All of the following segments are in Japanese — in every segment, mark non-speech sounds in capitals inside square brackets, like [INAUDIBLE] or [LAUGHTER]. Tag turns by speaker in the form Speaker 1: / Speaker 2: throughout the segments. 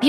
Speaker 1: 美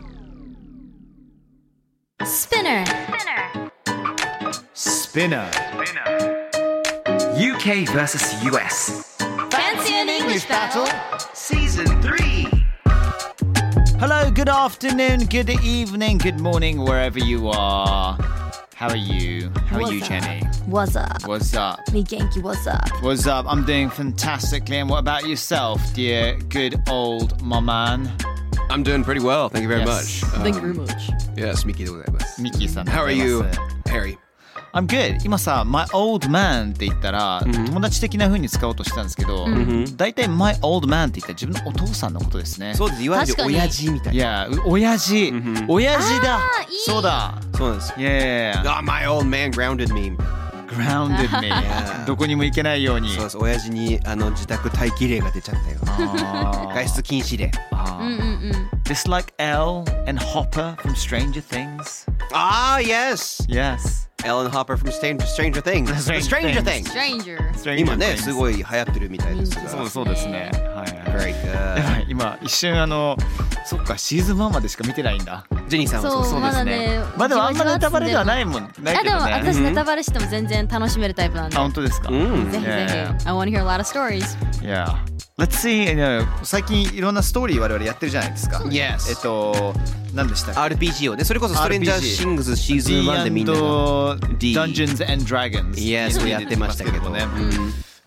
Speaker 2: ー
Speaker 3: スピナー
Speaker 4: Spinner.
Speaker 5: UK versus US.
Speaker 3: Fancy an English battle
Speaker 5: Season 3.
Speaker 4: Hello, good afternoon, good evening, good morning, wherever you are. How are you? How are you,
Speaker 3: What's up?
Speaker 4: Jenny?
Speaker 3: What's up?
Speaker 4: What's up?
Speaker 3: ねえ元気 What's up?
Speaker 4: What's up? I'm doing fantastically. And what about yourself, dear good old my man,
Speaker 6: I'm doing pretty well. Thank you very
Speaker 4: Yes.
Speaker 6: much.
Speaker 3: Thank you very much.
Speaker 6: Um, yes, Miki de gozaimasu.
Speaker 4: Miki san?
Speaker 6: How are you, Harry?
Speaker 4: I'm good. 今さ、my old man って言ったら、友達的な風に使おうとしてたんですけど、大体 my old man って言ったら自分のお父さんのことですね。
Speaker 6: そうです。いわゆる
Speaker 3: 確かに
Speaker 6: 親父みたい
Speaker 4: い
Speaker 6: な。
Speaker 4: や、親父、親父だ
Speaker 1: ーいい
Speaker 4: そうだ
Speaker 6: そうなんです。
Speaker 4: いやいやいや
Speaker 6: Ah, my old man grounded me.
Speaker 4: grounded me
Speaker 6: [LAUGHS]
Speaker 4: どこにも行けないように
Speaker 6: そうです。親父にあの自宅待機令が出ちゃったよ。外出禁止令。
Speaker 3: うんうんうん。
Speaker 4: Just like Elle and Hopper from Stranger Things.
Speaker 6: Ah, yes.
Speaker 4: Yes.
Speaker 6: Ellen Hopper from Stan- Stranger Things.
Speaker 4: Stranger
Speaker 6: Stranger
Speaker 4: Things.
Speaker 6: Things.
Speaker 3: Stranger.
Speaker 6: 今ね、す
Speaker 4: い。
Speaker 6: ごい流行ってるみたいですが。
Speaker 4: そうそうですね。はいはい。
Speaker 6: Very
Speaker 4: や
Speaker 6: good.
Speaker 4: ばい今一瞬あのそっかシーズン1までしか見てないんだ。
Speaker 6: ジェニーさんは
Speaker 3: そう
Speaker 6: そう
Speaker 3: まだね
Speaker 4: まあでもあんまネタバレではないもん。ない
Speaker 3: あ
Speaker 4: け
Speaker 3: でも
Speaker 4: どね。
Speaker 3: 私ネタバレしても全然楽しめるタイプなんで
Speaker 4: あ。本当ですか。
Speaker 6: うん
Speaker 3: ぜひぜひ。
Speaker 4: Yeah.
Speaker 3: I want to hear a lot of stories.
Speaker 4: Yeah. Let's see. you know, 最近いろんなストーリー我々やってるじゃないですか。
Speaker 6: Yes.
Speaker 4: えっと何でしたっけ。
Speaker 6: RPG をね、それこそストレンジャー
Speaker 4: RPG
Speaker 6: シングスシーズン1でみんなが。D
Speaker 4: Dungeons and Dragons
Speaker 6: Yes をやってましたけど
Speaker 4: ね、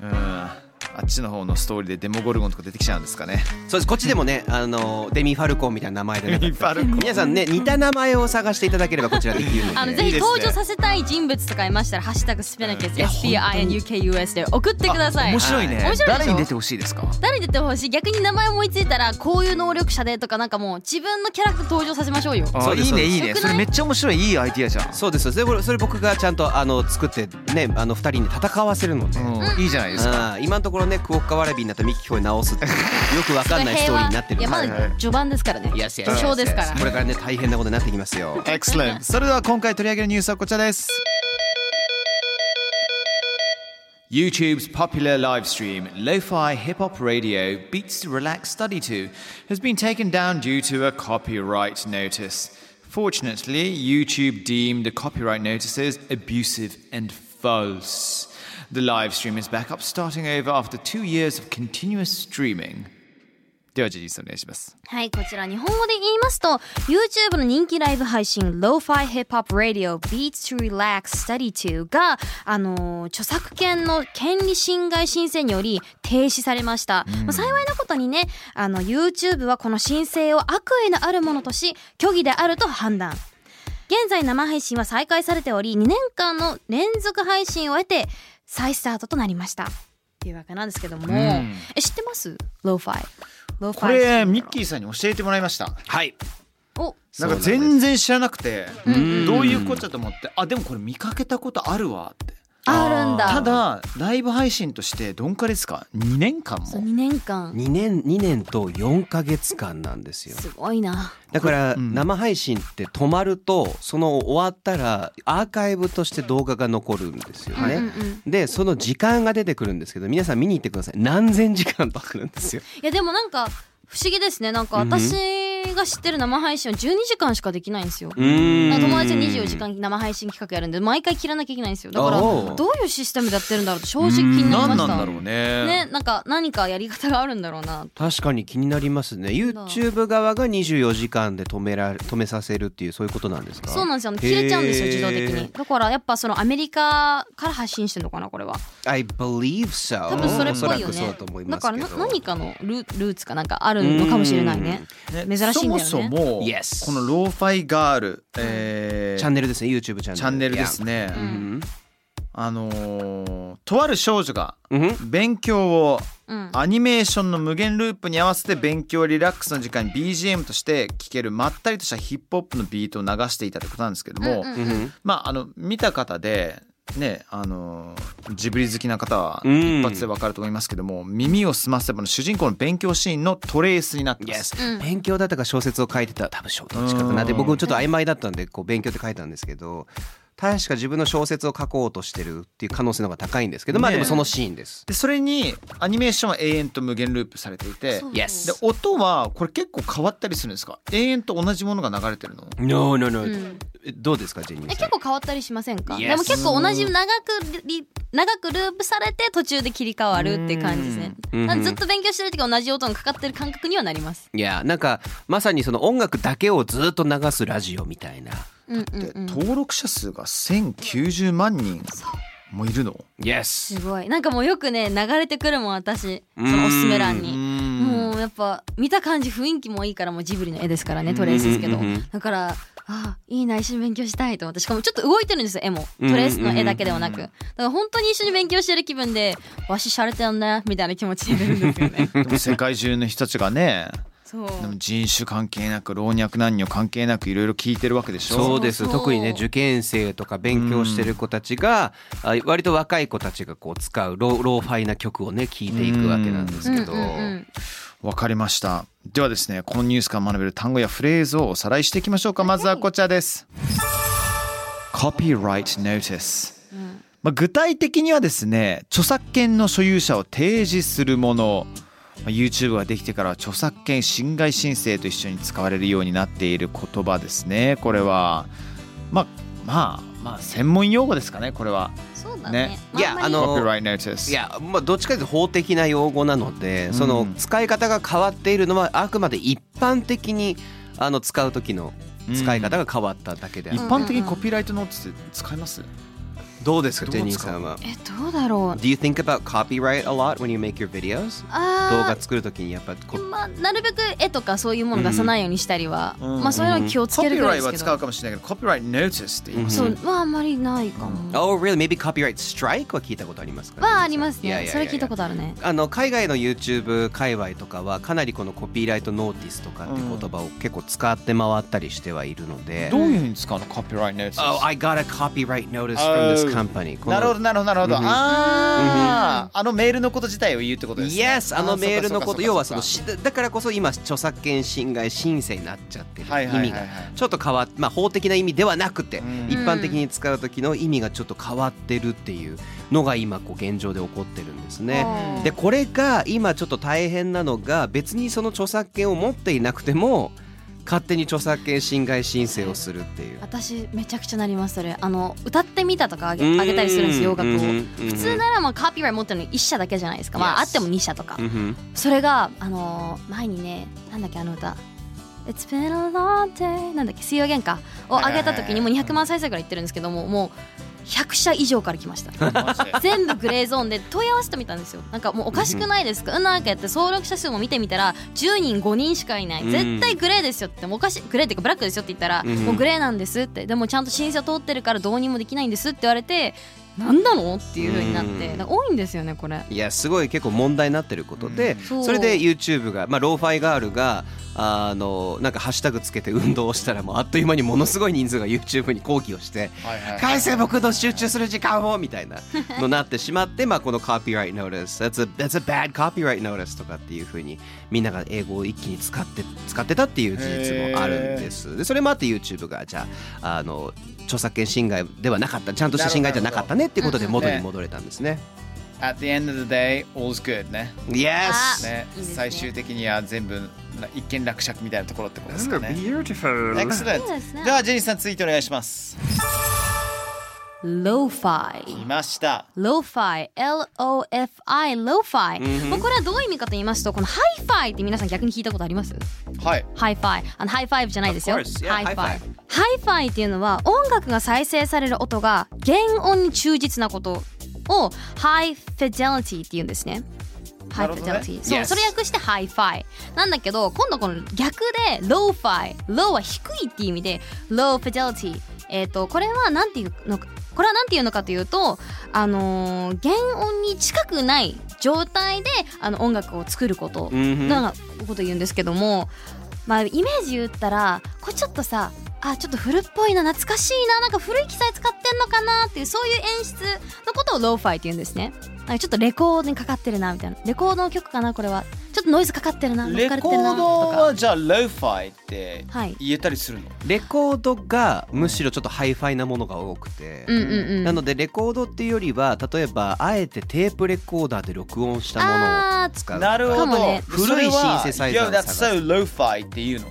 Speaker 4: うん、あっちの方のストーリーでデモゴルゴンとか出てきちゃうんですか [LAUGHS] ね
Speaker 6: そうです。こっちでもね、あのデミファルコンみたいな名前でなかった。
Speaker 4: ファルコン
Speaker 6: 皆さんね似た名前を探していただければこちらできるので
Speaker 3: [LAUGHS] あの
Speaker 4: いい
Speaker 3: ぜひ
Speaker 4: ですね
Speaker 3: 登場させたい人物とかいましたらハッシュタグスペナケツ SPINUKUS で送ってください。
Speaker 4: 面白いね、
Speaker 3: 面白いでしょ
Speaker 4: 誰に出てほしいですか
Speaker 3: 誰に出てほしい逆に名前思いついたらこういう能力者でとかなんかもう自分のキャラクター登場させましょうよ。
Speaker 6: そうです
Speaker 4: いいねいい
Speaker 3: よく
Speaker 4: ね
Speaker 3: ない
Speaker 4: それめっちゃ面白いいいアイディアじゃん、
Speaker 6: そうですでこれそれ僕がちゃんとあの作ってねあの二人に戦わせるので、あ
Speaker 4: うんいいじゃないですか
Speaker 6: ー今のところねクオッカワラビになったミキホイ直すっていうよくわかんないストーリーになってるん
Speaker 3: い
Speaker 6: で
Speaker 3: や
Speaker 6: す
Speaker 3: まだ序盤ですからね。
Speaker 6: いやいやいや
Speaker 3: 序章ですから
Speaker 6: こ。れからね大変なことになってきますよ
Speaker 4: Excellent [LAUGHS] それでは今回取り上げるニュースはこちらです YouTube's popular live stream, Lo-Fi Hip Hop Radio Beats to Relax Study To, has been taken down due to a copyright notice. Fortunately, YouTube deemed the copyright notices abusive and false. The live stream is back up starting over after two years of continuous streaming. では、ジェリーさんお願いします。
Speaker 3: はい、こちら日本語で言いますと、YouTube の人気ライブ配信 Lo-Fi Hip Hop Radio Beats to Relax Study To が、あのー著作権の権利侵害申請により停止されました。まあ、幸いなことにね、あの YouTube はこの申請を悪意のあるものとし、虚偽であると判断。現在生配信は再開されており、2年間の連続配信を得て再スタートとなりました。っていうわけなんですけども、え知ってます ?Lo-Fi。Lo-Fi
Speaker 4: これ、ミッキーさんに教えてもらいました。
Speaker 6: はい
Speaker 3: お
Speaker 4: なんか全然知らなくてどういうことだと思ってあでもこれ見かけたことあるわって
Speaker 3: あるんだ。
Speaker 4: ただライブ配信としてどんかですか2年間
Speaker 3: そう
Speaker 4: も
Speaker 3: 2年間
Speaker 6: 2年2年と4ヶ月間なんですよ
Speaker 3: すごいな。
Speaker 6: だから
Speaker 4: ん
Speaker 6: 生配信って止まるとその終わったらアーカイブとして動画が残るんですよね、
Speaker 3: うんうん
Speaker 6: でその時間が出てくるんですけど皆さん見に行ってください何千時間とかなん [LAUGHS] ですよ
Speaker 3: いやでもなんか不思議ですね。なんか私が知ってる生配信は12時間しかできないんですよ。なんか友達で24時間生配信企画やるんで毎回切らなきゃいけないんですよ。だから
Speaker 6: おう
Speaker 3: どういうシステムでやってるんだろうって正直気になりました。
Speaker 4: うね
Speaker 3: ね、なんか何かやり方があるんだろうな。
Speaker 6: 確かに気になりますね YouTube 側が24時間で止めら止めさせるっていうそういうことなんですか
Speaker 3: そうなんですよ。消えちゃうんですよ
Speaker 6: へー
Speaker 3: 自動的に。だからやっぱそのアメリカから発信してるのかなこれは。
Speaker 6: I believe so
Speaker 3: 多分それっぽいよ
Speaker 6: おそらくそうだ
Speaker 3: ね
Speaker 6: と思い。
Speaker 3: だ
Speaker 6: ます
Speaker 3: か
Speaker 6: け
Speaker 3: ら
Speaker 6: ど
Speaker 3: な何かのルルーツかなんかあるのかもしれないね。珍しいんだよね。
Speaker 4: そもそも
Speaker 6: Yes
Speaker 4: このローファイガールえー
Speaker 6: チャンネルですね YouTube チャンネル
Speaker 4: チャンネルですね
Speaker 6: Yeah うん
Speaker 4: あのーとある少女が
Speaker 6: うん
Speaker 4: 勉強を
Speaker 3: うん
Speaker 4: アニメーションの無限ループに合わせて勉強リラックスの時間に BGM として聴けるまったりとしたヒップホップのビートを流していたってことなんですけども、
Speaker 3: うん
Speaker 6: うんうん
Speaker 4: まああの見た方でねあのージブリ好きな方は
Speaker 6: うん
Speaker 4: 一発でわかると思いますけども、耳を澄ませばの主人公の勉強シーンのトレースになってます。
Speaker 3: うん
Speaker 6: 勉強だったか小説を書いてた多分小どっちかかなで
Speaker 4: うん
Speaker 6: 僕もちょっと曖昧だったんでこう勉強って書いたんですけど確か自分の小説を書こうとしてるっていう可能性の方が高いんですけどまあ
Speaker 4: ね
Speaker 6: でもそのシーンです。
Speaker 4: でそれにアニメーションは永遠と無限ループされていて
Speaker 3: そう
Speaker 4: で音はこれ結構変わったりするんですか永遠と同じものが流れてるの
Speaker 6: No, no, no.
Speaker 3: うん
Speaker 6: えどうですかジェニー
Speaker 3: え
Speaker 6: さん
Speaker 3: 結構変わったりしませんか
Speaker 6: Yes
Speaker 3: でも結構同じ長くリ長くループされて途中で切り替わるっていう感じですね
Speaker 6: うん
Speaker 3: なんかずっと勉強してる時は同じ音がかかってる感覚にはなります
Speaker 6: いやなんかまさにその音楽だけをずっと流すラジオみたいな。
Speaker 3: うんうん
Speaker 4: で
Speaker 3: うん
Speaker 4: 登録者数が1090万人もいるの
Speaker 6: Yes.
Speaker 3: すごいなんかもうよくね流れてくるもん私そ
Speaker 6: うん
Speaker 3: のおすすめ欄
Speaker 4: う
Speaker 3: に
Speaker 4: ん
Speaker 3: もうやっぱ見た感じ雰囲気もいいからもうジブリの絵ですからねトレースですけど
Speaker 6: うんうんうんうん
Speaker 3: だからああいいな一緒に勉強したいと思ってしかもちょっと動いてるんですよ絵もトレースの絵だけではなくだから本当に一緒に勉強してる気分でわししゃれてんねみたいな気持ちになるんですよ
Speaker 6: [LAUGHS]
Speaker 3: ね
Speaker 4: でも世界中の人たちがね
Speaker 3: そう
Speaker 4: でも人種関係なく老若男女関係なくいろいろ聞いてるわけでしょ
Speaker 6: そうです
Speaker 3: そうそう
Speaker 6: 特にね受験生とか勉強してる子たちが、あ割と若い子たちがこう使うロローファイな曲をね聴いていくわけなんですけど、
Speaker 3: うんうんうん
Speaker 4: わかりましたではですねこのニュースから学べる単語やフレーズをおさらいしていきましょうかまずはこちらです、Copyright Notice まあ、具体的にはですね著作権の所有者を提示するものまあ YouTube ができてからは著作権侵害申請と一緒に使われるようになっている言葉ですねこれはまあまあまあ専門用語ですかねこれは
Speaker 3: そうだね
Speaker 4: ね
Speaker 3: まあ
Speaker 6: いや
Speaker 3: あんまり
Speaker 6: あの
Speaker 4: Copyright Notice
Speaker 6: いや、まあ、どっちかというと法的な用語なので、
Speaker 4: ん
Speaker 6: その使い方が変わっているのはあくまで一般的にあの使う時の使い方が変わっただけであっ
Speaker 4: 一
Speaker 6: て、
Speaker 4: 般的にコピーライトノーツって使います、
Speaker 6: どうです
Speaker 4: ど
Speaker 6: か
Speaker 4: う
Speaker 6: ジ
Speaker 4: です
Speaker 6: ェ
Speaker 4: か
Speaker 6: ニーさんは
Speaker 3: えどうだろう
Speaker 6: Do you think about copyright a lot when you make your videos? 動
Speaker 3: あ
Speaker 6: 画作る時にやっぱこ
Speaker 3: ーまあなるべく絵とかそういうもの出さないようにしたりは、
Speaker 4: うん
Speaker 3: まあそういうの気をつ
Speaker 4: コピ
Speaker 3: ける
Speaker 4: ー
Speaker 3: ぐら
Speaker 4: ラ
Speaker 3: い
Speaker 4: イ
Speaker 3: で
Speaker 4: ト
Speaker 3: すけど
Speaker 4: は使うかもしれないけどコピーライトノーツって言います、
Speaker 3: そうまああんまりないかも、
Speaker 6: Oh really? Maybe copyright strike は聞いたことありますか
Speaker 3: はありますね
Speaker 6: いやいやいや
Speaker 3: それ聞いたことあるね
Speaker 6: あの海外の YouTube 界隈とかはかなりこのコピーライトノーティスとかっていう言葉を結構使って回ったりしてはいるので、
Speaker 4: どういうふうに使うのコピーライトノーツ
Speaker 6: Oh, I got a copyright notice from this
Speaker 4: Oh.
Speaker 6: company. この
Speaker 4: なるほどなるほどなるほど、
Speaker 6: うんうん
Speaker 4: あーあのメールのこと自体を言うってことですね
Speaker 6: Yes! あのメールのこと、要はその
Speaker 4: し
Speaker 6: しだからこそ今著作権侵害申請になっちゃってる
Speaker 4: はい
Speaker 6: 意
Speaker 4: はいはい
Speaker 6: 味
Speaker 4: は
Speaker 6: が
Speaker 4: い
Speaker 6: ちょっと変わっまあ法的な意味ではなくて、
Speaker 4: うん
Speaker 6: 一般的に使う時の意味がちょっと変わってるっていうのが今こう現状で起こってるんですね。
Speaker 3: うん
Speaker 6: でこれが今ちょっと大変なのが別にその著作権を持っていなくても勝手に著作権侵害申請をするっていう。
Speaker 3: 私めちゃくちゃなりますそれあの歌ってみたとかあげあげたりするんですよ洋楽を普
Speaker 6: 普
Speaker 3: 通ならまあカーピーライト持ってるの1社だけじゃないですか、ま
Speaker 6: Yes
Speaker 3: ああっても2社とかそれがあのー前にねなんだっけあの歌「It's been a long day」なんだっけ「水曜原か」を上げた時にもう200万再生ぐらいいってるんですけどももう100社以上から来ました
Speaker 6: [LAUGHS]
Speaker 3: 全部グレーゾーンで [LAUGHS] 問い合わせてみたんですよなんかもうおかしくないですかうんなんかやって総力者数も見てみたら10人5人しかいない
Speaker 6: うん
Speaker 3: 絶対グレーですよってもうおかしいグレーっていうかブラックですよって言ったら
Speaker 6: うん
Speaker 3: もうグレーなんですってでもちゃんと審査通ってるからどうにもできないんですって言われてなんなのっていう風になっ
Speaker 6: う
Speaker 3: て
Speaker 6: ん
Speaker 3: だから多いんですよねこれ
Speaker 6: いやすごい結構問題になってることで、
Speaker 3: そう
Speaker 6: それで YouTube が、まあ、ローファイガールがあのなんかハッシュタグつけて運動をしたらもうあっという間にものすごい人数が YouTube に抗議をして「返せ僕の集中する時間を!」みたいなのなってしまって、まあ、この Copyright Notice that's a, that's a bad copyright notice とかっていうふうにみんなが英語を一気に使って使ってたっていう事実もあるんですでそれもあって YouTube がじゃああの著作権侵害ではなかったちゃんとした侵害じゃなかったねっていうことで元に戻れたんですね。
Speaker 4: At the end of the day, all's good ね
Speaker 6: Yes!
Speaker 4: ね
Speaker 3: いいですね
Speaker 4: 最終的には全部な一見落着みたいなところってことですか
Speaker 5: Ooh,
Speaker 4: ね
Speaker 5: beautiful.
Speaker 4: Excellent
Speaker 3: そうですね
Speaker 4: ではジェニーさんツイートお願いします
Speaker 3: ローファイ
Speaker 4: いました
Speaker 3: ローファイ L-O-F-I ローファイ、もうこれはどういう意味かと言いますとこのハイファイって皆さん逆に聞いたことあります
Speaker 4: はい
Speaker 3: ハイファイあのハイファイブじゃないですよ
Speaker 6: Of course, yeah,
Speaker 3: ハイファイハ
Speaker 6: ハイ
Speaker 3: イ
Speaker 6: フ
Speaker 3: ファイっていうのは音楽が再生される音が原音に忠実なことをハイフィデリティって言うんですねハイ
Speaker 4: な
Speaker 3: フ
Speaker 4: る
Speaker 3: ィデ
Speaker 4: ほど
Speaker 3: リ
Speaker 4: ね
Speaker 3: ティそう
Speaker 6: Yes
Speaker 3: それ訳してハイファイなんだけど今度この逆でローファイローは低いっていう意味でローフィデリティえっ、とこれはなんていうのかこれは何て言うのかというと、あのー原音に近くない状態であの音楽を作ること
Speaker 6: うん
Speaker 3: なこと言うんですけども、まあ、イメージ言ったらこれちょっとさあちょっと古っぽいな懐かしいななんか古い機材使ってんのかなっていうそういう演出のことをローファイって言うんですねなんかちょっとレコードにかかってるなみたいなレコードの曲かなこれはちょっとノイズかかってるな
Speaker 4: レ
Speaker 3: か
Speaker 4: コ
Speaker 3: れてるな
Speaker 4: ード
Speaker 3: と
Speaker 4: はじゃあ Lo-Fi って
Speaker 3: かはい
Speaker 4: 言えたりするの
Speaker 6: レコードがむしろちょっとハイファイなものが多くて、
Speaker 3: うんうんうん
Speaker 6: なのでレコードっていうよりは例えばあえてテープレコーダーで録音したものを
Speaker 3: あー
Speaker 6: 使う
Speaker 4: なるほ
Speaker 3: かも
Speaker 4: ど
Speaker 3: ね
Speaker 6: 古いシンセサイザ
Speaker 4: Yo,
Speaker 6: ーを
Speaker 4: that's
Speaker 6: 探す
Speaker 4: so Lo-Fi っていうの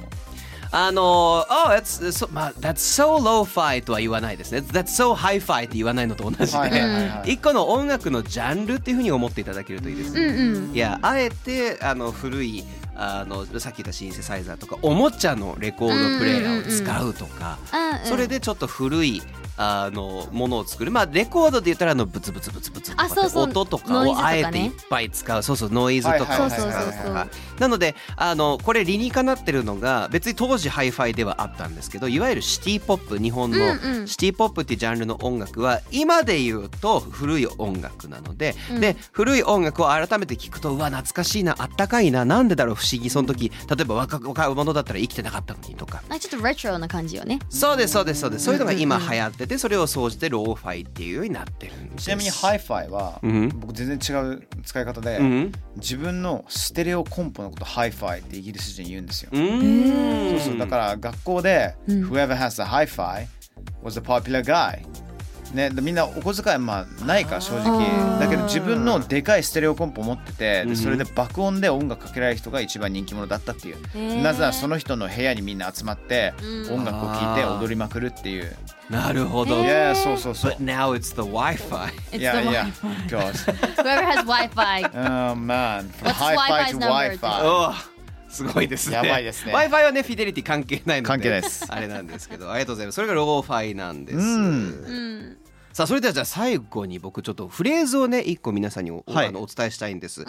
Speaker 6: あのー、oh, that's so, まあ、that's so low fi とは言わないですね。that's so high fi って言わないのと同じで、
Speaker 4: はいはいはいはい
Speaker 6: 一個の音楽のジャンルっていうふうに思っていただけるといいです
Speaker 3: う
Speaker 6: ね。
Speaker 3: んうん
Speaker 6: いや、あえてあの古いあのさっき言ったシンセサイザーとかおもちゃのレコードプレイヤーを使うとか、
Speaker 3: あうん
Speaker 6: それでちょっと古いあのものを作るまあレコードで言ったらあのブツブツブツブツとか
Speaker 3: あそうそう
Speaker 6: 音とか
Speaker 3: ノイズと
Speaker 6: を
Speaker 3: か
Speaker 6: あ
Speaker 3: ね
Speaker 6: えていっぱい使うそうそうノイズとかを使
Speaker 3: はいはいは
Speaker 6: う
Speaker 3: い
Speaker 6: と
Speaker 3: そうそうそう
Speaker 6: かなのであのこれ理にかなってるのが別に当時ハイファイではあったんですけどいわゆるシティポップ日本
Speaker 3: うんうん
Speaker 6: のシティポップっていうジャンルの音楽は今で言うと古い音楽なので、で古い音楽を改めて聞くとうわ懐かしいなあったかいななんでだろう不思議その時例えば若若者だったら生きてなかったのにとか
Speaker 3: あちょっとレトロな感じよね
Speaker 6: そうですそうですそうですそういうのが今流行っててそれを総じてローファイっていうようになってるんです
Speaker 4: ちなみに
Speaker 6: イ
Speaker 4: Hi-Fi は
Speaker 6: うん
Speaker 4: 僕全然違う使い方で
Speaker 6: うん
Speaker 4: 自分のステレオコンポのこと Hi-Fi ってイギリス人言うんですよ
Speaker 6: うーん
Speaker 4: そうそうだから学校で、Whoever has the hi-fi was the popular guy ね、でみんなお小遣いまあないか正直だけど自分のでかいステレオコンポ持っててでそれで爆音で音楽かけられる人が一番人気者だったっていうなぜならその人の部屋にみんな集まって音楽を聴いて踊りまくるっていう
Speaker 6: なるほ
Speaker 4: い
Speaker 6: ど
Speaker 4: やいやそうそうそう
Speaker 6: But now it's the Wi-Fi
Speaker 4: いやいや God
Speaker 3: [LAUGHS] Whoever has Wi-Fi
Speaker 4: Oh man from
Speaker 3: What's
Speaker 4: hi-fi
Speaker 3: Wi-Fi's
Speaker 4: to
Speaker 3: number?
Speaker 4: Wi-Fi
Speaker 6: おーすごいですね
Speaker 4: やばいですね
Speaker 6: Wi-Fi はねフィデリティ関係ないので
Speaker 4: 関係ないです
Speaker 6: あれなんですけどありがとうございますそれがローファイなんです
Speaker 4: うん
Speaker 3: うん
Speaker 6: さあそれではじゃあ最後に僕ちょっとフレーズをね一個皆さんにお,、
Speaker 4: はい
Speaker 6: あのお伝えしたいんです、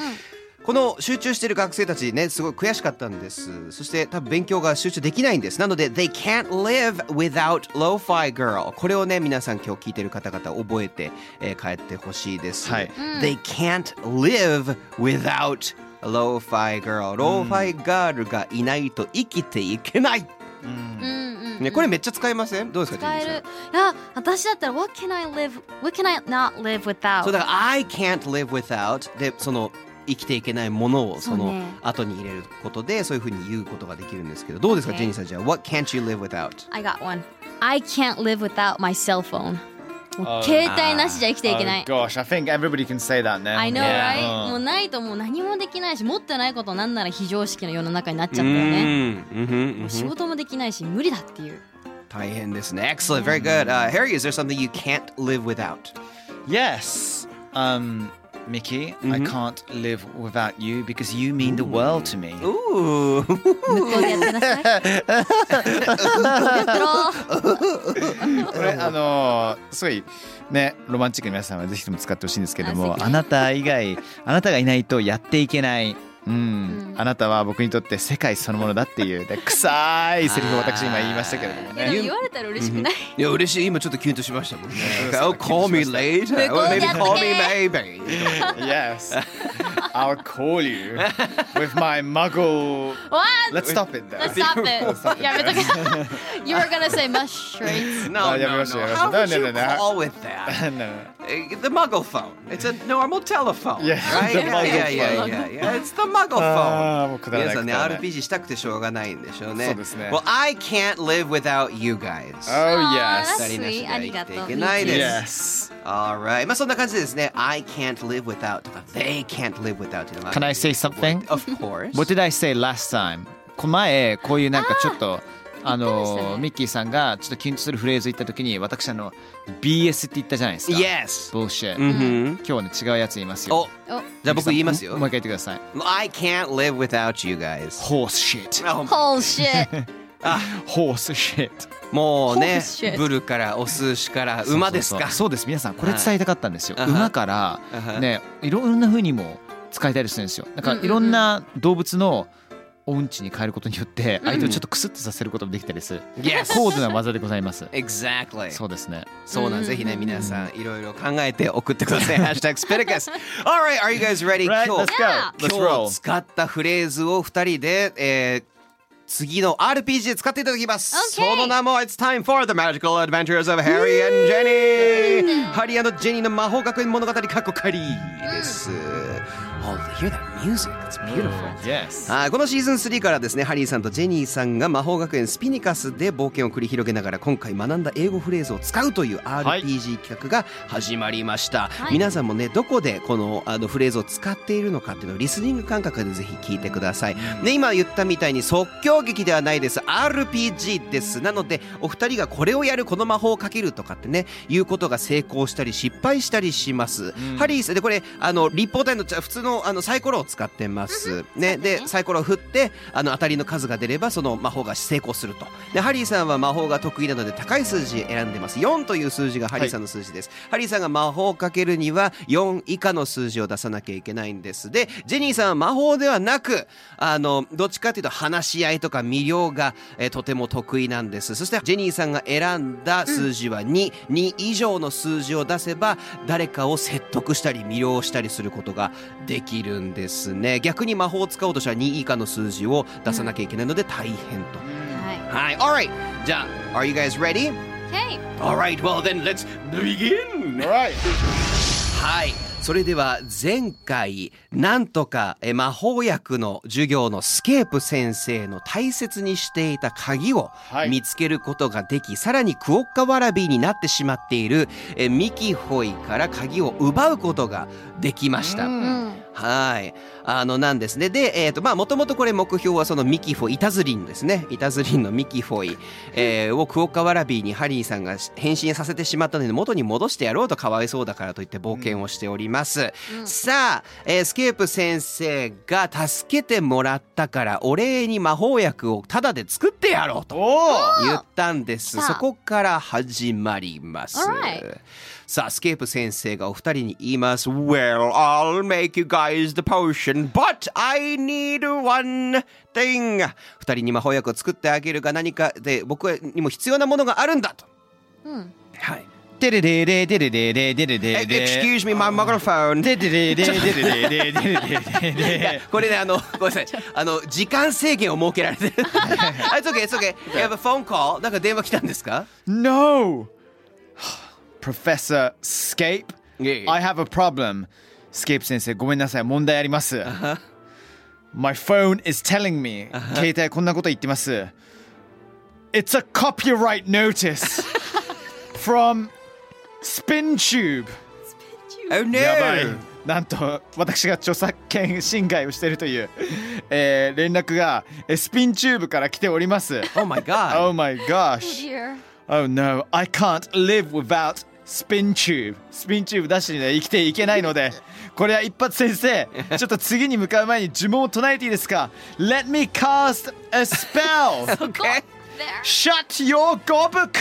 Speaker 6: この集中してる学生たちねすごい悔しかったんですそして多分勉強が集中できないんですなので They can't live without lo-fi girl これをね皆さん今日聞いてる方々覚えて、えー帰ってほしいです、
Speaker 4: はい
Speaker 6: They can't live without lo-fi girl lo-fi girl がいないと生きていけない、
Speaker 3: うんうん
Speaker 6: ね、これめっちゃ使えませんどうですか
Speaker 3: 使え
Speaker 6: ジェニーさん
Speaker 3: るいや
Speaker 6: [LAUGHS]
Speaker 3: 私だったら What can I live What can I not live without
Speaker 6: そうだから I can't live without でその生きていけないものをそ
Speaker 3: そう
Speaker 6: の
Speaker 3: ね
Speaker 6: 後に入れることでそういうふうに言うことができるんですけどどうですか
Speaker 3: Okay.
Speaker 6: ジェニーさんじゃあ What can't you live without?
Speaker 3: I got one I can't live without my cell phone もう携帯なしじゃ生きていけない
Speaker 4: Gosh I think everybody can say that ね
Speaker 3: I know
Speaker 4: Yeah.
Speaker 3: right
Speaker 4: うん
Speaker 3: もうないともう何もできないし持ってないことなんなら非常識の世の中になっちゃったよね
Speaker 6: うんうんうんう
Speaker 3: も
Speaker 6: ん
Speaker 3: う仕事もできないし無理だっていう
Speaker 6: 大変ですね Excellent, very good、Uh, Harry, is there something you can't live without?
Speaker 4: Yes. Um, Mickey, I can't live without you because you mean the world to me.
Speaker 6: おー
Speaker 3: 向こうでやってな
Speaker 4: [LAUGHS]
Speaker 3: さいやってろ
Speaker 4: これ [LAUGHS] あのーすごいねロマンチックな皆さんはぜひとも使ってほしいんですけど
Speaker 3: あ素
Speaker 4: も、
Speaker 3: 敵
Speaker 4: あなた以外あなたがいないとやっていけない。うん、あなたは僕にとって世界そのものだっていうで臭いセリフを私今言いましたけれども
Speaker 3: でも
Speaker 4: ね。
Speaker 3: 言われたら嬉しくない
Speaker 6: [LAUGHS] いや嬉しい今ちょっとキュンとしましたもんね
Speaker 4: そ
Speaker 6: [LAUGHS] Oh
Speaker 4: うキュ
Speaker 6: call
Speaker 4: ンと
Speaker 6: me
Speaker 4: しま
Speaker 3: 向
Speaker 6: later
Speaker 3: こう
Speaker 6: or
Speaker 3: で
Speaker 6: maybe
Speaker 3: やって
Speaker 6: call me [LAUGHS] maybe
Speaker 4: yes, I'll call you with my muggle.
Speaker 3: わ
Speaker 4: Let's stop it though.
Speaker 3: Let's stop it やめ
Speaker 4: [LAUGHS]
Speaker 3: とけ You were gonna say mushrooms
Speaker 6: No,
Speaker 4: あやめ
Speaker 6: no, no.
Speaker 4: ましょうやめましょ
Speaker 6: How
Speaker 4: う
Speaker 6: would
Speaker 4: だ
Speaker 6: you
Speaker 4: ねだね
Speaker 6: call with that?
Speaker 4: [LAUGHS] No, no, no.
Speaker 6: Uh, the muggle phone. It's a normal telephone.
Speaker 4: Yeah, [LAUGHS]
Speaker 6: right?
Speaker 4: the
Speaker 6: yeah,
Speaker 4: muggle
Speaker 6: yeah, yeah,
Speaker 4: phone. Ah,
Speaker 6: yeah, yeah. It's the muggle
Speaker 4: あーもう
Speaker 6: phone.
Speaker 4: くだらな
Speaker 6: 皆
Speaker 4: い
Speaker 6: さん
Speaker 4: く
Speaker 6: ね、
Speaker 4: だらない
Speaker 6: RPG したくてしょうがないんでしょうね。
Speaker 4: そうですね
Speaker 6: Well, I can't live without you guys.
Speaker 4: Oh
Speaker 3: あ
Speaker 4: yes.
Speaker 3: ー
Speaker 6: 二人なしでは生きていけないです。
Speaker 4: Yes.
Speaker 6: Alright. まあそんな感じでですね、I can't live without とか、They can't live without とか。
Speaker 4: Can I say something?
Speaker 6: Of course.
Speaker 4: What did I say last time? こ前こういうなんかちょっと
Speaker 3: 言
Speaker 4: あ
Speaker 3: ってました
Speaker 4: の
Speaker 3: ね
Speaker 4: ミッキーさんがちょっと緊張するフレーズ言った時に私あの BS って言ったじゃないですか。
Speaker 6: Yes.
Speaker 4: Bullshit。
Speaker 6: う
Speaker 4: 今
Speaker 6: ん。
Speaker 4: 日はね違うやつ言いますよ
Speaker 6: お。、
Speaker 3: お
Speaker 6: じゃあ僕言いますよ
Speaker 4: もう。一回言ってください。
Speaker 6: I can't live without you guys.
Speaker 4: Horse shit。
Speaker 6: Oh
Speaker 3: Whole
Speaker 4: [LAUGHS]
Speaker 3: shit
Speaker 4: Horse shit。
Speaker 6: もうね
Speaker 3: Holy shit.、
Speaker 6: ブルからお寿司から馬です
Speaker 4: そうそう
Speaker 6: か
Speaker 4: そう。そうです皆さんこれ伝えたかったんですよ。
Speaker 6: はい
Speaker 4: 馬から
Speaker 6: あは
Speaker 4: ねいろんな風にも使えたりするんですよ。なんかいろんな動物の音痴に変えることによって相手をちょっとクスッとさせることもできたりする
Speaker 6: Yes
Speaker 4: 高度な技でございます
Speaker 6: Exactly
Speaker 4: そうですね
Speaker 6: そうなん、ぜひね、皆さん、いろいろ考えて送ってください。ハッシュタグスペルカス。Alright, are you guys ready?
Speaker 4: Right,
Speaker 6: 今
Speaker 4: let's
Speaker 6: 日
Speaker 4: go. Let's
Speaker 6: 今
Speaker 4: roll.
Speaker 6: 日使ったフレーズを二人で、えー次の RPG で使っていただきます。
Speaker 3: Okay.
Speaker 6: その名も It's time for the magical adventures of Harry and Jenny! ハリージェニーの魔法学園物語かっこかりです。Oh, hear that music. That's beautiful.
Speaker 4: Yes.
Speaker 6: あーこのシーズン3からですねハリーさんとジェニーさんが魔法学園スピニカスで冒険を繰り広げながら今回学んだ英語フレーズを使うという
Speaker 4: い
Speaker 6: RPG 企画が始まりました、
Speaker 3: はい
Speaker 6: 皆さんもねどこでこのあのフレーズを使っているのかっていうのをリスニング感覚でぜひ聞いてください、ね、今言ったみたいに即興劇ではないです RPG ですなのでお二人がこれをやるこの魔法をかけるとかってねいうことが成功したり失敗したりします、ハリーさんでこれあの立方体のちゃ普通のあのサイコロを使ってます、ね、でサイコロを振ってあの当たりの数が出ればその魔法が成功するとでハリーさんは魔法が得意なので高い数字選んでます4という数字がハリーさんの数字です、ハリーさんが魔法をかけるには4以下の数字を出さなきゃいけないんですでジェニーさんは魔法ではなくあのどっちかというと話し合いとか魅了が、えーとても得意なんですそしてジェニーさんが選んだ数字は22、2以上の数字を出せば誰かを説得したり魅了したりすることができるんですね逆に魔法を使おうとしたら2以下の数字を出さなきゃいけないので大変と、
Speaker 3: はい。
Speaker 6: はい alright じゃあ Are you guys ready?
Speaker 3: Okay.
Speaker 6: Alright well then let's begin!
Speaker 4: Alright.
Speaker 6: はい。それでは前回なんとかえー魔法薬の授業のスケープ先生の大切にしていた鍵を
Speaker 4: い
Speaker 6: 見つけることができ、さらにクオッカワラビーになってしまっているえーミキホイから鍵を奪うことができました。
Speaker 3: うん。
Speaker 6: はい。あの、なんですね。で、えっ、と、まあ、もともとこれ目標はそのミキフォイ、イタズリンですね。イタズリンのミキフォイ、えーをクオッカワラビーにハリーさんが変身させてしまったので、元に戻してやろうとかわいそうだからといって冒険をしております。さあ、えースケープ先生が助けてもらったから、お礼に魔法薬をタダで作ってやろうと。言ったんです。
Speaker 3: 来た
Speaker 6: そこから始まります。
Speaker 3: Alright.
Speaker 6: さあ、スケープ先生がお二人に言います。Well, I'll make you guys the potion, but I need one thing. 二人に魔法薬を作ってあげるが何かで僕にも必要なものがあるんだと。
Speaker 3: うん。
Speaker 6: はい。
Speaker 4: デレデレデレデレデレデレ
Speaker 6: Excuse me, my microphone.
Speaker 4: デレデレデレデレデレデレデ
Speaker 6: いや
Speaker 4: レ
Speaker 6: [LAUGHS] これねあのごめんなさいあの時間制限を設けられてるあ It's okay, it's okay. You have a phone call. なんか電話来たんですか
Speaker 4: No! Professor Scape,
Speaker 6: Yeah.
Speaker 4: I have a problem. Scape 先生、ごめんなさい、問題あります。My phone is telling me. 携帯こんなこと言ってます。It's a copyright notice from Spin Tube.
Speaker 6: Oh no!
Speaker 4: やばい。なんと私が著作権侵害をしているという、えー連絡がえースピンチューブから来ております。
Speaker 6: Oh my god!
Speaker 4: Oh my gosh!
Speaker 3: Dear.
Speaker 4: Oh no, I can't live without スピンチューブ。スピンチューブなしには生きていけないので、これは一発先生、ちょっと次に向かう前に呪文を唱えていいですか ?Let me cast a spell!
Speaker 6: Okay.
Speaker 4: Shut your gobblecus!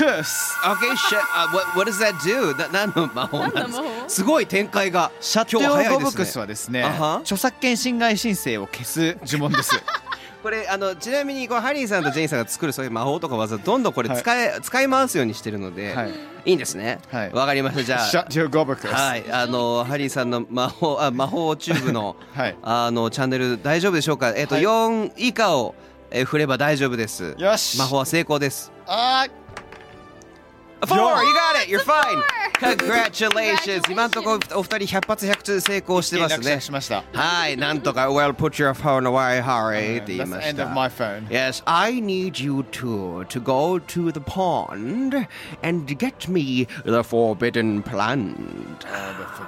Speaker 6: Okay, shut. Uh, what what does that do? な何の魔法なんですか。すごい展開が。
Speaker 4: シャット
Speaker 6: 今日早い
Speaker 4: ゴ
Speaker 6: ですね
Speaker 4: ブクスはですね、
Speaker 6: あは
Speaker 4: 著作権侵害申請を消す呪文です。
Speaker 6: これあのちなみにこうハリーさんとジェニーさんが作るそういう魔法とか技どんどんこれ
Speaker 4: はい
Speaker 6: 使え、使い回すようにしてるので、
Speaker 4: はいい、
Speaker 6: いんですね。
Speaker 4: はい
Speaker 6: わかりま [LAUGHS] した。じゃ
Speaker 4: Shut
Speaker 6: あ。
Speaker 4: your gobblecus!
Speaker 6: はい、あのハリーさんの魔法 [LAUGHS] あ魔法チューブの、
Speaker 4: はい
Speaker 6: あのチャンネル大丈夫でしょうか。えっ、と、
Speaker 4: はい
Speaker 6: 四以下を、えー振れば大丈夫です。
Speaker 4: よし
Speaker 6: 魔法は成功です。
Speaker 4: あー
Speaker 6: Four, you got it. You're fine. Congratulations. 今のところお二人百発百中成功してます
Speaker 4: 連絡
Speaker 6: ね
Speaker 4: し。ました。
Speaker 6: はい、なんとか、Well, put your phone away, Harry って言い
Speaker 4: That's
Speaker 6: ま
Speaker 4: the
Speaker 6: し
Speaker 4: end
Speaker 6: た
Speaker 4: of。my phone.
Speaker 6: Yes, I need you two to go to the pond and get me the forbidden plant.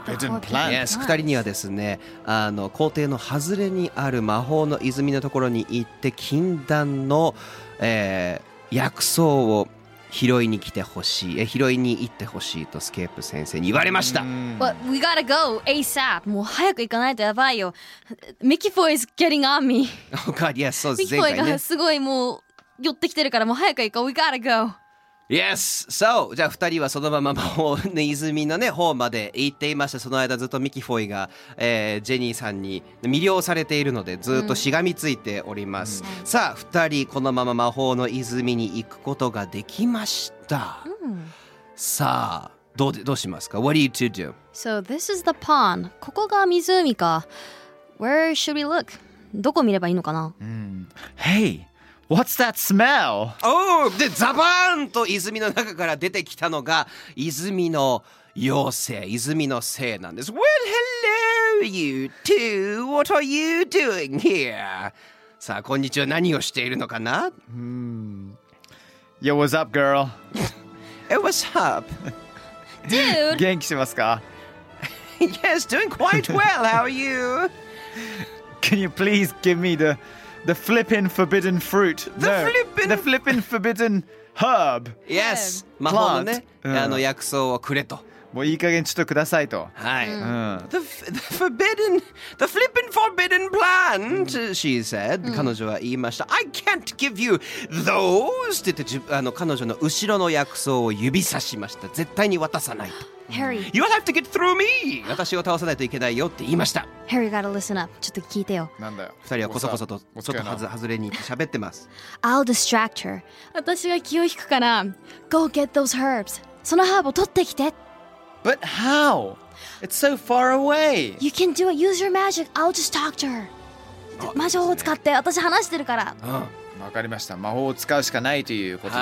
Speaker 4: Forbidden plant.
Speaker 6: Yes, 二人にはですね、あの校庭の外れにある魔法の泉のところに行って禁断の、えー薬草を拾いに来てほしい、え拾いに行ってほしいとスケープ先生に言われました。
Speaker 3: But we gotta go ASAP. もう早く行かないとやばいよ。ミキフォイ is getting on me.
Speaker 6: Oh God, yes, そうで
Speaker 3: ミ
Speaker 6: す
Speaker 3: キフォ
Speaker 6: 前
Speaker 3: イ
Speaker 6: 回ね
Speaker 3: が。すごいもう寄ってきてるからもう早く行こう。We gotta go.
Speaker 6: Yes! So! じゃあ二人はそのまま魔法の泉のね、方まで行っていました。その間ずっとミキフォイが、えージェニーさんに魅了されているので、ずっとしがみついております。さあ、二人このまま魔法の泉に行くことができました。さあ、どうで、どうしますか ?What do you two do?
Speaker 3: So this is the pond. ここが湖か。Where should we look? どこ見ればいいのかな
Speaker 4: Hey, what's that smell?
Speaker 6: おーでザバーンと泉の中から出てきたのが泉の妖精泉の精なんです Well hello you two what are you doing here さあこんにちは何をしているのかな
Speaker 4: Yo, what's up, girl?
Speaker 6: It was up
Speaker 4: [LAUGHS]
Speaker 3: Dude!
Speaker 4: 元気してますか
Speaker 6: [LAUGHS] Yes doing quite well how are [LAUGHS] you
Speaker 4: Can you please give me the the flippin' forbidden fruit? The
Speaker 6: flippin'-
Speaker 4: the flippin' forbidden herb.
Speaker 6: Yes 魔法のね
Speaker 4: Plant うん
Speaker 6: あの薬草をくれと
Speaker 4: もういい加減ちょっとくださいと。
Speaker 6: はい、
Speaker 4: うん。は
Speaker 6: The, f- the forbidden, the flippin' forbidden plant, she said. 彼女は言いました。I can't give you those! って言ってじゅ、あの彼女の後ろの薬草を指さしました。絶対に渡さないと。
Speaker 3: Harry,
Speaker 6: You'll have to get through me! 私を倒さないといけないよって言いました。
Speaker 3: Harry gotta listen up. ちょっと聞いてよ。
Speaker 4: なんだよ。
Speaker 6: 二人はこそこそと、ちょっとはず
Speaker 4: は
Speaker 6: 外れに行って喋ってます。
Speaker 3: I'll distract her. 私が気を引くから Go get those herbs. そのハーブを取ってきて。
Speaker 4: [LAUGHS] But how? It's so far away.
Speaker 3: You can do it. Use your magic. I'll just talk to her. 魔女を使って私話してるから。
Speaker 6: うんは
Speaker 4: わかりました。魔法を使うしかないということで。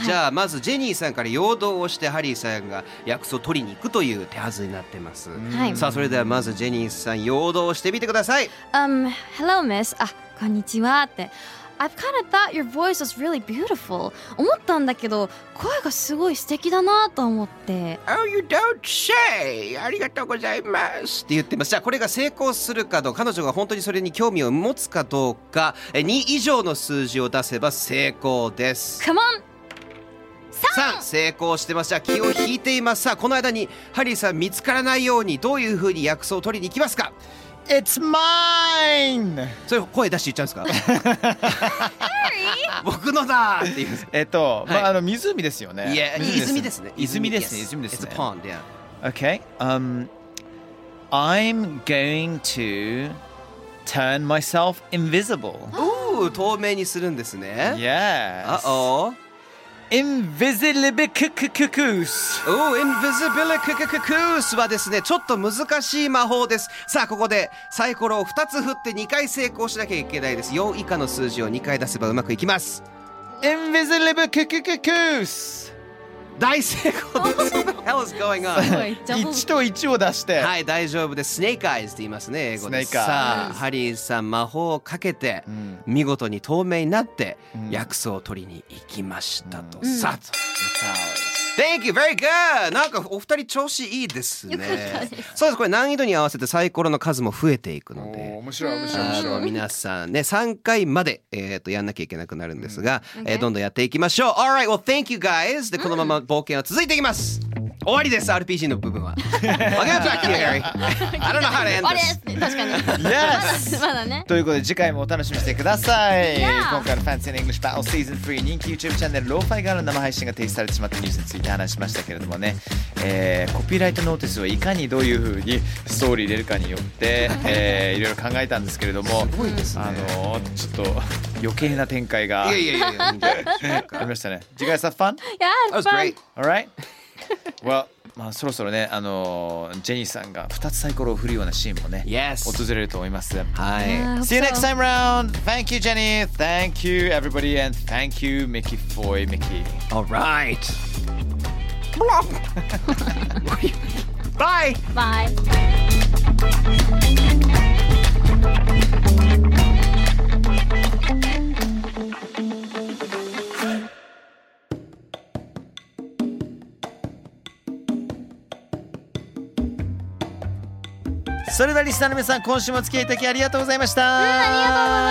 Speaker 6: い。じゃあ、まずジェニーさんから陽動をして、ハリーさんが薬草を取りに行くという手はずになってます。
Speaker 3: はい。
Speaker 6: さあ、それではまずジェニーさん、陽動してみてください。
Speaker 3: Um, hello, miss. あ、こんにちはって。I've kind of thought your voice was really beautiful. 思ったんだけど、声がすごい素敵だなと思って。
Speaker 6: Oh, you don't say! ありがとうございますって言ってます。じゃあ、これが成功するかどうか、彼女が本当にそれに興味を持つかどうか、え2以上の数字を出せば成功です。
Speaker 3: Come on!
Speaker 6: [LAUGHS] 3! 成功してます。じゃあ、気を引いています。さあ、この間にハリーさん見つからないように、どういうふうに薬草を取りに行きますか
Speaker 4: It's mine!
Speaker 6: それ、声出して言っちゃうんですか僕のだーって言うんです。
Speaker 4: えっと、ま
Speaker 6: はい
Speaker 4: ああの湖ですよね。
Speaker 6: いや、泉ですね。
Speaker 4: 泉ですね。泉ですね
Speaker 6: It's a。pond, yeah.
Speaker 4: Okay. Um, I'm going to turn myself invisible.
Speaker 6: おー透明にするんですね。あ
Speaker 4: Yes.
Speaker 6: お
Speaker 4: Invisibilicucucucus.
Speaker 6: おお、インビジビリククククースはですね、ちょっと難しい魔法です。さあ、ここでサイコロを2つ振って2回成功しなきゃいけないです。4以下の数字を2回出せばうまくいきます。
Speaker 4: Invisibilicucucucus.
Speaker 6: 大成功です。What
Speaker 4: [LAUGHS]
Speaker 6: the hell is going on?
Speaker 4: 1と1を出して。
Speaker 6: はい、大丈夫です。スネークアイズって言いますね、英語で。
Speaker 4: スネークアイズ
Speaker 6: さあ、ハリーさん、魔法をかけて、
Speaker 4: ん
Speaker 6: 見事に透明になって、
Speaker 4: ん
Speaker 6: 薬草を取りに行きましたと。
Speaker 3: ん
Speaker 6: さあ、Thank you, very good! なんかお二人調子いいですね。そうです、これ難易度に合わせてサイコロの数も増えていくので。
Speaker 4: Oh, 面白い面
Speaker 6: あの皆さんね3回まで、えー、とやんなきゃいけなくなるんですが、えーどんどんやっていきましょう Alright well thank you guys でこのまま冒険は続いていきます、終わりです RPG の部分は Okay back to you Harry I don't know how to
Speaker 3: あ
Speaker 6: end
Speaker 3: れ
Speaker 6: this
Speaker 3: 確かに。 [LAUGHS]
Speaker 4: Yes!
Speaker 3: まだね。
Speaker 4: ということで次回もお楽しみにしてください、今回の Fancy in English Battle Season 3人気 YouTube チャンネルローファイガーの生配信が停止されてしまったニュースについて話しましたけれどもね、えーコピーライトノーティスをいかにどういうふうにストーリー入れるかによって、えーいろいろ考えたんですけれども
Speaker 6: すごいですね
Speaker 4: あのーちょっと余計な展開が
Speaker 6: い
Speaker 4: あ
Speaker 6: やいやいやいやいいんじゃないですか
Speaker 4: りましたね Did you guys have fun?
Speaker 3: Yeah,
Speaker 6: That was
Speaker 3: fun.
Speaker 6: great
Speaker 4: Alright? well まあそろそろねあのージェニーさんが2つサイコロを振るようなシーンもね
Speaker 6: Yes
Speaker 4: 訪れると思います
Speaker 6: はい。
Speaker 3: I hope
Speaker 4: See you next
Speaker 3: so.
Speaker 4: time round. Thank you, Jenny. Thank you, everybody. And thank you, Mickey Foy. Mickey.
Speaker 6: Alright Bye
Speaker 3: Bye.
Speaker 4: それではリスナーの皆さん今週もお付き合いいただきありがとうございました、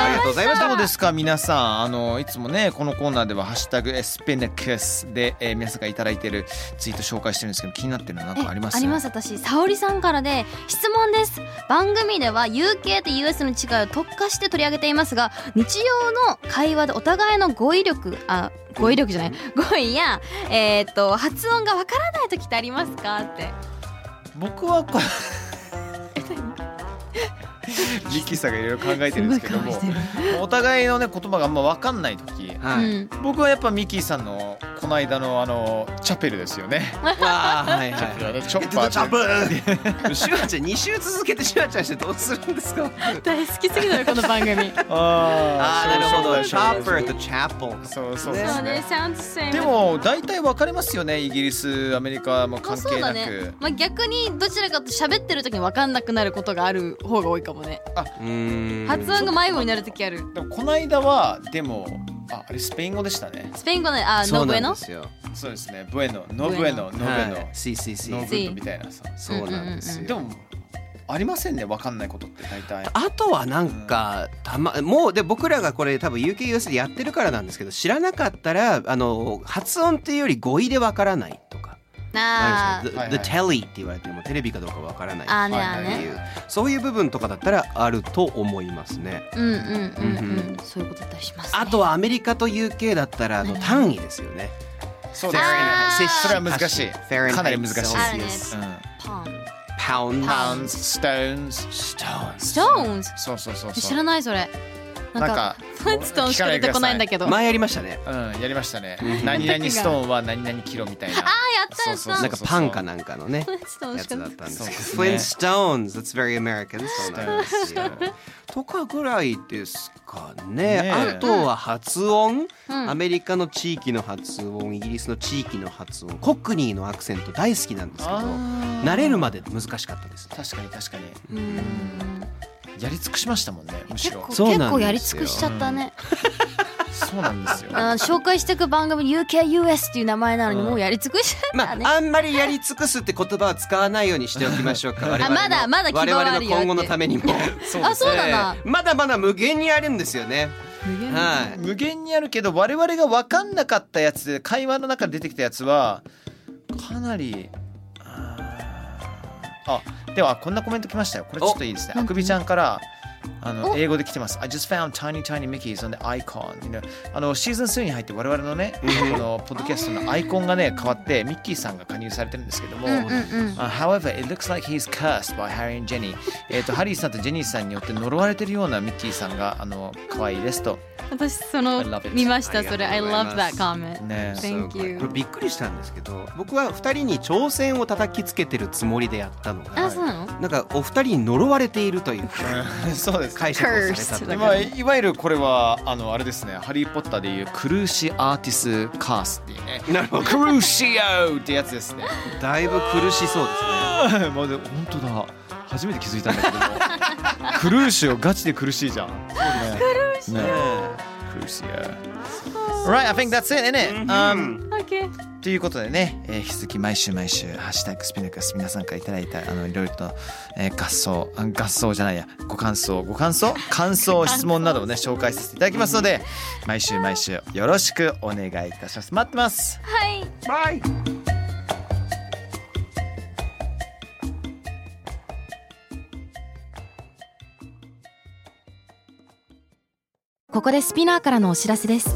Speaker 4: ありがとうございましたどうですか皆さんあのいつもねこのコーナーでは「ハッシュタグエスペネクスで」えー皆さんがいただいてるツイート紹介してるんですけど気になってるのなんかあります
Speaker 3: あります私沙織さんからで質問です番組では UK と US の違いを特化して取り上げていますが日常の会話でお互いの語彙力あ語彙力じゃない語彙やえーっと発音がわからない時ってありますかって
Speaker 4: 僕はこ [LAUGHS] ミッキーさんがいろいろ考えてるんですけどもお互いのね言葉があんま分かんない時
Speaker 6: はい。
Speaker 3: うん
Speaker 4: 僕はやっぱミッキーさんのこの間のあのチャペルですよね。
Speaker 6: わーはいは
Speaker 4: チョ
Speaker 6: い。
Speaker 4: ッパー
Speaker 6: [LAUGHS] チャブー。シュワちゃん二週続けてシュワちゃんしてどうするんですか。
Speaker 3: 大好きすぎるこの番組
Speaker 4: あ
Speaker 6: ああなるほど。チ
Speaker 4: チ
Speaker 6: ャ
Speaker 4: ャ
Speaker 6: ッ
Speaker 4: ッ
Speaker 6: プ
Speaker 4: プ
Speaker 6: ーとチャップル。
Speaker 4: そうそうで
Speaker 3: そ
Speaker 4: す
Speaker 3: うね
Speaker 4: ね。
Speaker 3: sounds the same
Speaker 4: でも大体わかりますよねイギリスアメリカ
Speaker 3: ま
Speaker 4: も
Speaker 3: あ
Speaker 4: 関
Speaker 3: そう
Speaker 4: 係
Speaker 3: だ
Speaker 4: な
Speaker 3: ね
Speaker 4: く、。
Speaker 3: まあ、逆にどちらかと喋ってる時に分かんなくなることがある方が多いかもね
Speaker 6: うーん。
Speaker 3: 発音が迷子になる時ある
Speaker 4: でもこの間はでもああれスペイン語でしたね。
Speaker 3: スペイン語のあ
Speaker 6: そ
Speaker 3: ノ
Speaker 6: う
Speaker 3: ブエ
Speaker 6: なん
Speaker 3: ノ
Speaker 6: ですよ。
Speaker 4: そうですね。ブエノノブエノノブエ
Speaker 6: はい
Speaker 4: ノ
Speaker 6: C C C
Speaker 4: ノ。ブエノみたいなさ。
Speaker 6: そうなんですよ。
Speaker 4: でもありませんねわかんないことって大体。
Speaker 6: あとはなんかたまもうで僕らがこれ多分 UKUS でやってるからなんですけど知らなかったらあの発音っていうより語彙でわからないとかあ
Speaker 3: あ
Speaker 6: るじゃな
Speaker 4: はいい
Speaker 6: The
Speaker 4: は
Speaker 6: the
Speaker 4: い
Speaker 6: telly って言われてもテレビかどうかわからない
Speaker 3: ーあーね
Speaker 4: はい
Speaker 3: あー
Speaker 4: はい
Speaker 3: ね
Speaker 6: うそういう部分とかだったらあると思いますね。
Speaker 3: うんうんうん
Speaker 6: うん
Speaker 3: うんそういうことだったりしますね
Speaker 6: あとはアメリカと UK だったらあの単位ですよね。
Speaker 4: そうですね。
Speaker 3: あー
Speaker 4: それは難しいかなり難しい
Speaker 3: あるね
Speaker 4: うん
Speaker 3: パン
Speaker 6: パウンド。
Speaker 4: pounds, stones.
Speaker 6: ストーン
Speaker 3: ストーンズ
Speaker 4: そうそうそうそう。
Speaker 3: 知らないそれなん
Speaker 4: なん
Speaker 3: か
Speaker 4: か
Speaker 3: パンツとしか出てこないんだけどあやっ
Speaker 6: 前やりましたね。
Speaker 4: うん、やりましたね。何々ストーンは何々キロみたいな。
Speaker 3: たやっ
Speaker 4: そう
Speaker 3: た
Speaker 6: なんかパンかなんかのね。
Speaker 3: パンツと
Speaker 6: や
Speaker 3: し
Speaker 6: つ
Speaker 3: か
Speaker 6: だ
Speaker 3: 出
Speaker 6: ってたんです
Speaker 4: そうで
Speaker 6: け
Speaker 4: す
Speaker 6: ど、
Speaker 4: ね
Speaker 6: Flintstones、that's very American そうなんですよ。とかぐらいですか
Speaker 4: ね
Speaker 6: ね。
Speaker 4: え
Speaker 6: あとは発音、
Speaker 3: ん
Speaker 6: アメリカの地域の発音、イギリスの地域の発音、コックニーのアクセント大好きなんですけど、慣れるまで難しかったです。
Speaker 4: 確かに確かに。
Speaker 3: うん
Speaker 4: やり尽くしましたもんね、むし
Speaker 3: 結
Speaker 4: ろ
Speaker 3: 構。
Speaker 6: そうなん
Speaker 3: 結構
Speaker 6: ですよ
Speaker 3: やり尽くしちゃったね
Speaker 4: そうなんですよ。
Speaker 3: あ紹介していく番組 UKUS っていう名前なのにもうやり尽くしちゃっ
Speaker 6: ま
Speaker 3: たね、
Speaker 6: あ、あんまりやり尽くすって言葉は使わないようにしておきまし
Speaker 3: [LAUGHS]
Speaker 6: ょうか。我々の
Speaker 3: まだまだ希望はあるよって
Speaker 6: 我々の今後のた
Speaker 3: [LAUGHS]
Speaker 6: めにも。
Speaker 4: そう
Speaker 3: あそうなんだ
Speaker 6: まだまだ無限にあるんですよね。はい。
Speaker 4: 無限にあるけど、我々が分かんなかったやつで、会話の中で出てきたやつは、かなり。あーあ、ではこんなコメント来ましたよ。これちょっといいですね。あくびちゃんから。あの
Speaker 3: お
Speaker 4: 英語で来てます。I just found tiny tiny Mickey's on the icon. You know? あのシーズン2に入って我々のね、このポッドキャストのアイコンがね変わってミッキーさんが加入されてるんですけども、Uh, however, it looks like he's cursed by Harry and Jenny. えっとハリーさんとジェニーさんによって呪われてるようなミッキーさんがあの可愛いですと。
Speaker 3: 私その
Speaker 4: I love it.
Speaker 3: 見まし
Speaker 6: あ
Speaker 3: た
Speaker 6: り
Speaker 3: そ
Speaker 6: がとう
Speaker 3: れ
Speaker 6: ござ
Speaker 3: I
Speaker 6: います
Speaker 3: love that comment
Speaker 4: ね
Speaker 3: Thank you
Speaker 6: これびっくりしたんですけど僕は2人に挑戦を叩きつけてるつもりでやったの
Speaker 3: あ
Speaker 6: が
Speaker 3: そうなの
Speaker 6: なんかお二人に呪われているという
Speaker 3: [LAUGHS]
Speaker 6: か
Speaker 4: [LAUGHS] そうです。
Speaker 6: 解釈をされたという
Speaker 4: まあ、いわゆるこれはあのあれですね「ハリー・ポッター」でいう「クルーシアーティス・カース」っていうね
Speaker 6: [LAUGHS] なるほど
Speaker 4: クルーシオってやつですね
Speaker 6: だいぶ苦しそうですね
Speaker 4: まあでも本当だ初めて気づいたんだけども [LAUGHS] クルーシオガチで苦しいじゃん苦しいクルーシオ Right, I think that's it, isn't it? Um,
Speaker 3: OK
Speaker 4: ということでね、えー、引き続き毎週毎週「ハッシュタグスピナカス」皆さんからいただいたあのいろいろと、えー、合奏あ合奏じゃないやご感想ご感想感 [LAUGHS] 想質問などをね紹介させていただきますので毎週毎週よろしくお願いいたします待ってます
Speaker 3: はい
Speaker 2: ここでスピナーからのお知らせです